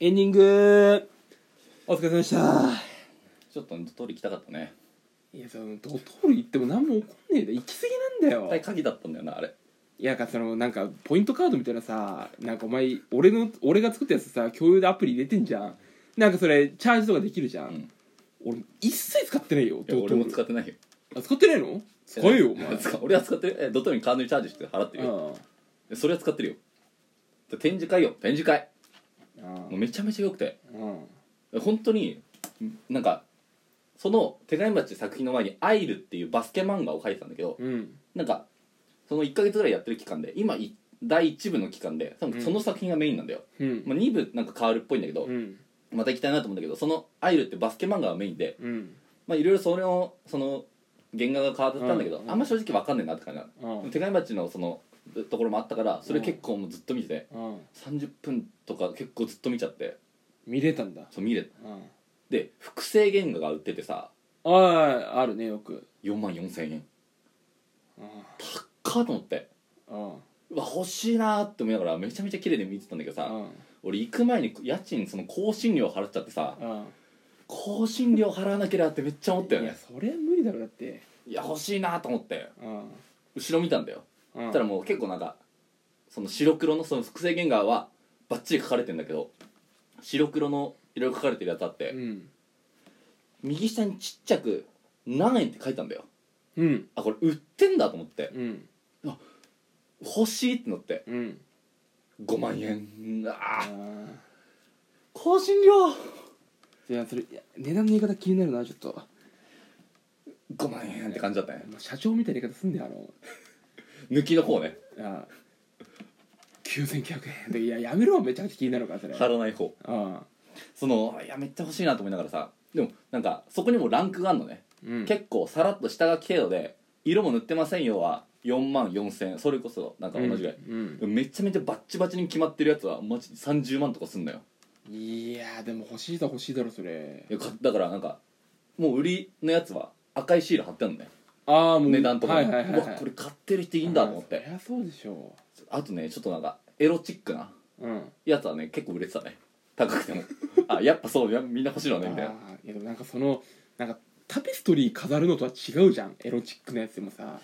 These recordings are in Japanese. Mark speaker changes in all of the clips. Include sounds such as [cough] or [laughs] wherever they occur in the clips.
Speaker 1: エンディングお疲れ様でした
Speaker 2: ちょっと通り来たかったね
Speaker 1: いやそのドトール行っても何も起こんねえんだ行き過ぎなん
Speaker 2: 絶
Speaker 1: だ
Speaker 2: 対
Speaker 1: よ
Speaker 2: 鍵だったんだよなあれ
Speaker 1: いやなんかそのなんかポイントカードみたいなさなんかお前俺の俺が作ったやつさ共有でアプリ入れてんじゃんなんかそれチャージとかできるじゃん、
Speaker 2: うん
Speaker 1: 俺一切使ってないよ
Speaker 2: いや俺も使
Speaker 1: っ
Speaker 2: ってないよ
Speaker 1: あ使ってないの使えよお
Speaker 2: [laughs]
Speaker 1: 前
Speaker 2: 使う俺は使ってるえドトールにカードにチャージして払ってるよ
Speaker 1: あ
Speaker 2: でそれは使ってるよで展示会よ展示会
Speaker 1: ああ
Speaker 2: もうめちゃめちゃ良くて
Speaker 1: うん
Speaker 2: 本当になんかその手紙鉢って作品の前に「アイル」っていうバスケ漫画を書いてたんだけど
Speaker 1: うん
Speaker 2: なんかその1ヶ月ぐらいやってる期間で今い第1部の期間で多分その作品がメインなんだよ、
Speaker 1: うん
Speaker 2: まあ、2部なんか変わるっぽいんだけど、
Speaker 1: うん
Speaker 2: また行きたいなと思うんだけどその「アイル」ってバスケ漫画がメインで
Speaker 1: うん
Speaker 2: まあいろいろそれをその原画が変わったんだけど、
Speaker 1: うん
Speaker 2: あんま正直わかんねえなって感じなの
Speaker 1: うん
Speaker 2: 手紙町のそのところもあったからそれ結構もうずっと見てて
Speaker 1: うん
Speaker 2: 30分とか結構ずっと見ちゃって
Speaker 1: 見れたんだ
Speaker 2: そう見れ
Speaker 1: うん
Speaker 2: で複製原画が売っててさ
Speaker 1: あああるねよく
Speaker 2: 4万4千円
Speaker 1: うん
Speaker 2: かと思って
Speaker 1: うん
Speaker 2: うわ欲しいなーって思いながらめちゃめちゃ綺麗で見てたんだけどさ
Speaker 1: うん
Speaker 2: 俺行く前に家賃その更新料払っちゃってさ
Speaker 1: うん
Speaker 2: 更新料払わなきゃなってめっちゃ思ったよ
Speaker 1: いや
Speaker 2: ね
Speaker 1: それは無理だろだって
Speaker 2: いや欲しいなーと思って
Speaker 1: うん
Speaker 2: 後ろ見たんだよ
Speaker 1: う
Speaker 2: そ
Speaker 1: ん
Speaker 2: したらもう結構なんかその白黒のその複製原画はバッチリ書かれてんだけど白黒のいろいろ書かれてるやつあって、
Speaker 1: うん
Speaker 2: 右下にちっちゃく「何円」って書いてたんだよ
Speaker 1: うん
Speaker 2: あこれ売ってんだと思って
Speaker 1: うん
Speaker 2: 欲しいってなって
Speaker 1: うん
Speaker 2: 5万円うわ
Speaker 1: あ
Speaker 2: ー
Speaker 1: ー
Speaker 2: 更新料
Speaker 1: じゃあそれいや値段の言い方気になるなちょっとも
Speaker 2: 5万円って感じだったね
Speaker 1: う社長みたいな言い方すんだよあの
Speaker 2: 抜きの方ね
Speaker 1: あ9900円でいややめろめちゃくちゃ気になるからそれ
Speaker 2: 貼らない方
Speaker 1: あ
Speaker 2: そのいやめっちゃ欲しいなと思いながらさでもなんかそこにもランクがあるのね、
Speaker 1: うん
Speaker 2: 結構さらっと下書き程度で色も塗ってませんよは4万4000円それこそなんか同じぐらい、
Speaker 1: うん
Speaker 2: でもめちゃめちゃバッチバチに決まってるやつはマジで30万とかすんだよ
Speaker 1: うんいやでも欲しいだ欲しいだろそれ
Speaker 2: いやかだからなんかもう売りのやつは赤いシール貼ってあるのね
Speaker 1: ああもう
Speaker 2: 値段とか
Speaker 1: はい
Speaker 2: に、
Speaker 1: はいはい、は
Speaker 2: う
Speaker 1: い、
Speaker 2: わこれ買ってる人いいんだと思っ
Speaker 1: あー
Speaker 2: て
Speaker 1: そりゃそうでしょ
Speaker 2: あとねちょっとなんかエロチックな
Speaker 1: ううん
Speaker 2: やつはね結構売れてたね高くても
Speaker 1: [laughs]
Speaker 2: あやっぱそうやみんな欲しいのねみたいな
Speaker 1: あーいやでもなんかそのなんかタペストリー飾るのとは違うじゃんエロチックなやつでもさ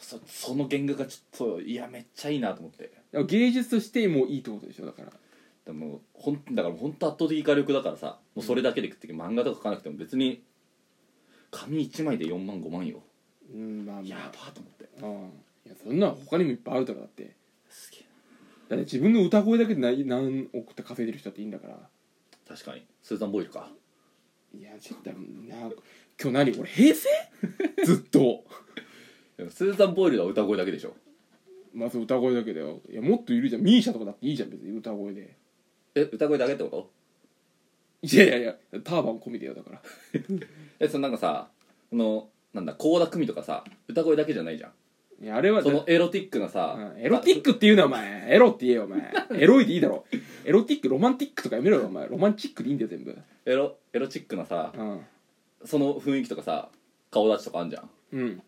Speaker 2: そその原画がちょっといやめっちゃいいなと思って
Speaker 1: でも芸術としてもういいってことでしょだから
Speaker 2: でもほんだから本当圧倒的火力だからさもうそれだけで食ってけ漫画とか書かなくても別に紙1枚で4万5万よ
Speaker 1: うんまあ
Speaker 2: や
Speaker 1: ま
Speaker 2: ばと思って
Speaker 1: あうんいやそんなの他にもいっぱいあるだろだって
Speaker 2: すげえ
Speaker 1: だって自分の歌声だけで何何億って稼いでる人だっていいんだから
Speaker 2: な確かにスーザン・ボイルか
Speaker 1: いやちょっとなんか今日何俺平成 [laughs] ずっと
Speaker 2: でもスーザン・ボイルは歌声だけでしょ
Speaker 1: まず歌声だけだよいやもっといるじゃんミーシャとかだっていいじゃん別に歌声で
Speaker 2: え歌声だけってこと
Speaker 1: いやいやいやターバン込みでよだから
Speaker 2: えそのなんかさそのなんだ倖田來未とかさ歌声だけじゃないじゃん
Speaker 1: いやあれは
Speaker 2: そのエロティックなさ、
Speaker 1: うんエロティックって言うなお前エロって言えよお前 [laughs] エロいでいいだろエロティックロマンティックとかやめろよお前ロマンチックでいいんだよ全部
Speaker 2: あエロエロチックなさ
Speaker 1: うん
Speaker 2: その雰囲気とかさ顔立ちとかあんじゃん
Speaker 1: うん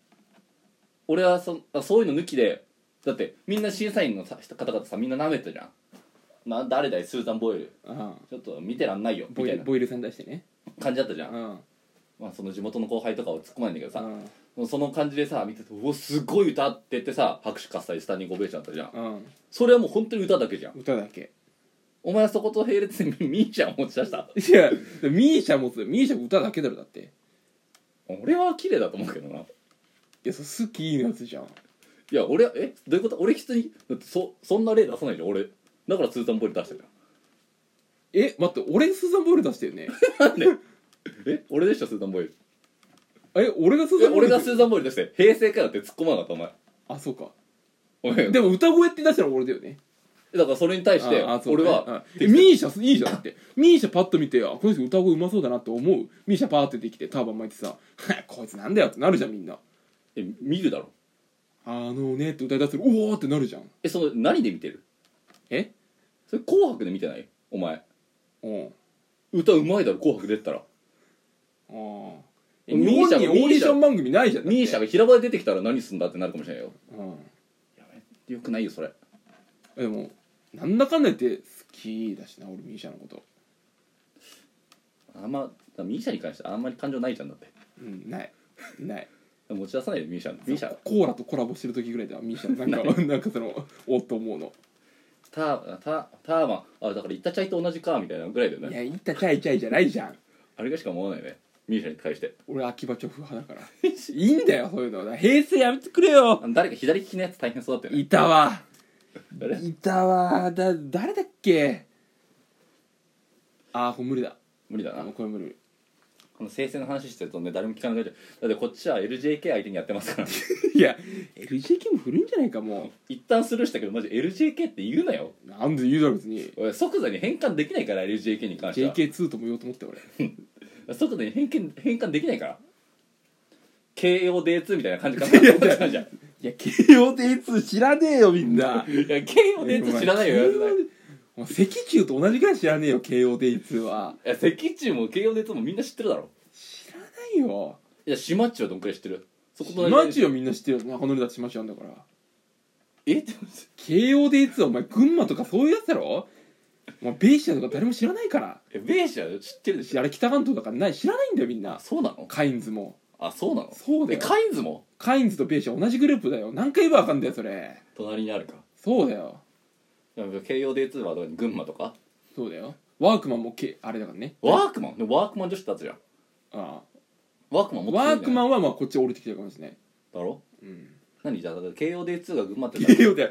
Speaker 2: 俺はそあそういうの抜きでだってみんな審査員のさ方々さみんな舐めてたじゃんな誰だいスーザン・ボイル
Speaker 1: うん
Speaker 2: ちょっと見てらんないよみ
Speaker 1: ボ
Speaker 2: た
Speaker 1: イ
Speaker 2: い
Speaker 1: ル
Speaker 2: な
Speaker 1: ボイルさん出してね
Speaker 2: 感じだったじゃん、
Speaker 1: うん
Speaker 2: まあ、その地元の後輩とかを突っ込まないんだけど
Speaker 1: う
Speaker 2: さ、
Speaker 1: ん
Speaker 2: その感じでさ見てて「うおすごい歌」って言ってさ拍手喝采スタンディングオベーションだったじゃん
Speaker 1: うん
Speaker 2: それはもう本当に歌だけじゃん
Speaker 1: 歌だけ
Speaker 2: お前はそこと並列にミーちゃんを持ち出した
Speaker 1: いやミーシャもそうミーシャ歌だけだろだって
Speaker 2: 俺は綺麗だと思うけどない
Speaker 1: いやそれ好きのやつじゃん
Speaker 2: や俺はえどういうこと俺人にだってそそんな例出さないじゃん俺だからスーザン・ボイル出してる
Speaker 1: え待って俺スーザン・ボイル出したよね [laughs]
Speaker 2: なんでえ俺でしょスーザン・ボイル
Speaker 1: え俺がスー
Speaker 2: え
Speaker 1: ザン・ボイ
Speaker 2: 俺
Speaker 1: ル
Speaker 2: がスーザン・ボイル出して平成かよって突っ込まなかったお前
Speaker 1: あそうか
Speaker 2: お前
Speaker 1: でも歌声って出したら俺だよね
Speaker 2: だからそれに対して
Speaker 1: ああそう
Speaker 2: 俺
Speaker 1: ね
Speaker 2: は
Speaker 1: うんえミーシャいいじゃんだってミーシャパッと見てあこの人歌声うまそうだなって思うミーシャパーって出てきてターバン巻いてさ [laughs] 「こいつなんだよ」ってなるじゃんみんな
Speaker 2: え見るだろ
Speaker 1: 「あのね」って歌い出するうおーってなるじゃん
Speaker 2: えその何で見てる
Speaker 1: え
Speaker 2: それ「紅白」で見てないお前
Speaker 1: うん
Speaker 2: 歌うまいだろ「紅白」出てたら
Speaker 1: あ
Speaker 2: え
Speaker 1: ミ
Speaker 2: ミー
Speaker 1: ー
Speaker 2: シ
Speaker 1: シ
Speaker 2: ャ
Speaker 1: ャ
Speaker 2: が
Speaker 1: オーディション番組ないじゃんだって
Speaker 2: ミーシャが平場で出てきたら何すんだってなるかもしれないよ
Speaker 1: うん
Speaker 2: よくないよそれ
Speaker 1: えでもなんだかんだ言って好きだしな俺ミーシャのこと
Speaker 2: あんまミーシャに関してはあんまり感情ないじゃんだって
Speaker 1: うんないない
Speaker 2: 持ち出さないでミーシャミーシャ
Speaker 1: コーラとコラボしてる時ぐらいではミーシャなんか [laughs] なんかそのおっと思うの
Speaker 2: タータターマンあだからイタチャイと同じかみたいなぐらいだよ
Speaker 1: い
Speaker 2: ね
Speaker 1: やいったちゃいちゃいじゃないじゃん
Speaker 2: あれがしか思わないねミーシャに対して
Speaker 1: 俺秋葉調布派だから [laughs] いいんだよそういうの平成やめてくれよ
Speaker 2: あの誰か左利きのやつ大変そうだったよね
Speaker 1: いたわ
Speaker 2: 誰
Speaker 1: いたわだ誰だっけああこれ無理だ
Speaker 2: 無理だ
Speaker 1: あ
Speaker 2: な
Speaker 1: のこれ無理
Speaker 2: この生成の話してるとね誰も聞かなくなっちゃうだってこっちは LJK 相手にやってますか
Speaker 1: [laughs]
Speaker 2: ら
Speaker 1: いや LJK も古いんじゃないかも
Speaker 2: 一旦スルーしたけどマジ LJK って言うなよ
Speaker 1: うなんで言うだろ別に
Speaker 2: 俺即座に変換できないから LJK に関しては
Speaker 1: JK2 とも言おうと思って俺
Speaker 2: 即座に変換変換できないから KOD2 みたいな感じかなと思ってたじゃんい
Speaker 1: いや KOD2 知らねえよみんな
Speaker 2: や KOD2 知らないよ言われてないい
Speaker 1: もう赤中と同じぐらい知らねえよ KOD2 は
Speaker 2: や赤中も KOD2 もみんな知ってるだろ
Speaker 1: 知らないよ
Speaker 2: いやシマッチはどんくらい知ってるそこと同じ
Speaker 1: マジはみんな知ってるよ中野だってしまちゃうんだから
Speaker 2: えって思って
Speaker 1: KOD2 はお前群馬とかそういうやつだろもうベイシアとか誰も知らないから
Speaker 2: えベーシア知ってるでしょ
Speaker 1: あれ北関東だからない知らないんだよみんな
Speaker 2: あそうなの
Speaker 1: カインズも
Speaker 2: あそうなの
Speaker 1: そうだよ
Speaker 2: えカインズも
Speaker 1: カインズとベイシア同じグループだよ何回言えばわかんだよそれ
Speaker 2: 隣にあるか
Speaker 1: そうだよ
Speaker 2: でも KOD2 はどこに群馬とか
Speaker 1: そうだよワークマンもけあれだからね
Speaker 2: ワークマンでもワークマン女子だったじゃん
Speaker 1: あ
Speaker 2: ワークマ
Speaker 1: あ
Speaker 2: ン持って
Speaker 1: ワ
Speaker 2: る
Speaker 1: ー
Speaker 2: んじ
Speaker 1: ク
Speaker 2: ゃない
Speaker 1: マンはまあこっち降りてきてるかもしれない
Speaker 2: だろ
Speaker 1: うん
Speaker 2: 何じゃあだから KOD2 が群馬って [laughs] 言ったら
Speaker 1: KO で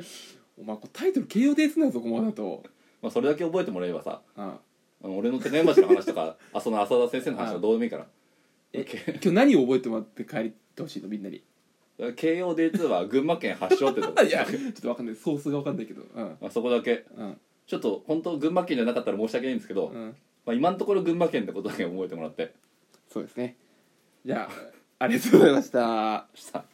Speaker 1: お前これタイトル KOD2 なんぞここだと
Speaker 2: まあそれだけ覚えてもらえればさ
Speaker 1: ああ
Speaker 2: あの俺の手前町の話
Speaker 1: [laughs]
Speaker 2: とかあその浅田先生の話はどうでもいいから
Speaker 1: え
Speaker 2: [laughs] K-
Speaker 1: 今日何を覚えてもらって帰ってほしいのみんなに
Speaker 2: KOD2 は群馬県発祥ってとこ
Speaker 1: [laughs] いやちょっとわかんないソースがわかんないけどうん
Speaker 2: まあそこだけ
Speaker 1: うん
Speaker 2: ちょっと本当群馬県じゃなかったら申し訳ないんですけど、
Speaker 1: うん
Speaker 2: まあ、今のところ群馬県ってことだけ覚えてもらって
Speaker 1: そうですねじゃあありがとうございました
Speaker 2: した